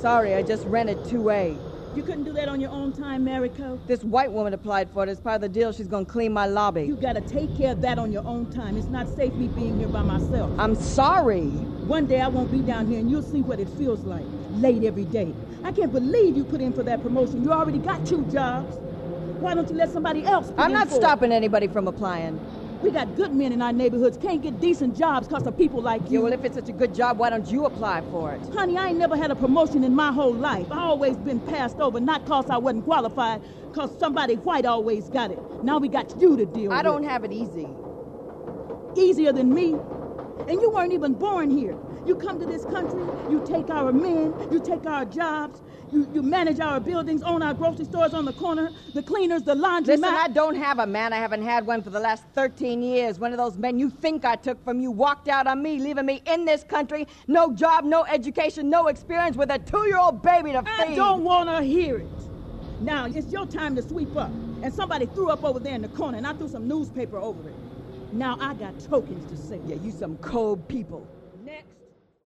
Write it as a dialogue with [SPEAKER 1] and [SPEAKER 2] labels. [SPEAKER 1] Sorry, I just rented two A.
[SPEAKER 2] You couldn't do that on your own time, Mariko.
[SPEAKER 1] This white woman applied for it. It's part of the deal. She's gonna clean my lobby.
[SPEAKER 2] You gotta take care of that on your own time. It's not safe me being here by myself.
[SPEAKER 1] I'm sorry.
[SPEAKER 2] One day I won't be down here and you'll see what it feels like. Late every day. I can't believe you put in for that promotion. You already got two jobs. Why don't you let somebody else? put
[SPEAKER 1] I'm
[SPEAKER 2] in
[SPEAKER 1] not
[SPEAKER 2] for it?
[SPEAKER 1] stopping anybody from applying.
[SPEAKER 2] We got good men in our neighborhoods. Can't get decent jobs because of people like
[SPEAKER 1] Yeah,
[SPEAKER 2] you.
[SPEAKER 1] well, if it's such a good job, why don't you apply for it?
[SPEAKER 2] Honey, I ain't never had a promotion in my whole life. I always been passed over, not cause I wasn't qualified, cause somebody white always got it. Now we got you to deal
[SPEAKER 1] I
[SPEAKER 2] with.
[SPEAKER 1] don't have it easy.
[SPEAKER 2] easier than me. And you weren't even born here. You come to this country, you take our men, you take our jobs, you, you manage our buildings, own our grocery stores on the corner, the cleaners, the laundry.
[SPEAKER 1] Listen, I don't have a man. I haven't had one for the last 13 years. One of those men you think I took from you walked out on me, leaving me in this country, no job, no education, no experience, with a two-year-old baby to feed.
[SPEAKER 2] I don't want to hear it. Now, it's your time to sweep up. And somebody threw up over there in the corner, and I threw some newspaper over it. Now I got tokens to say.
[SPEAKER 1] Yeah, you some cold people.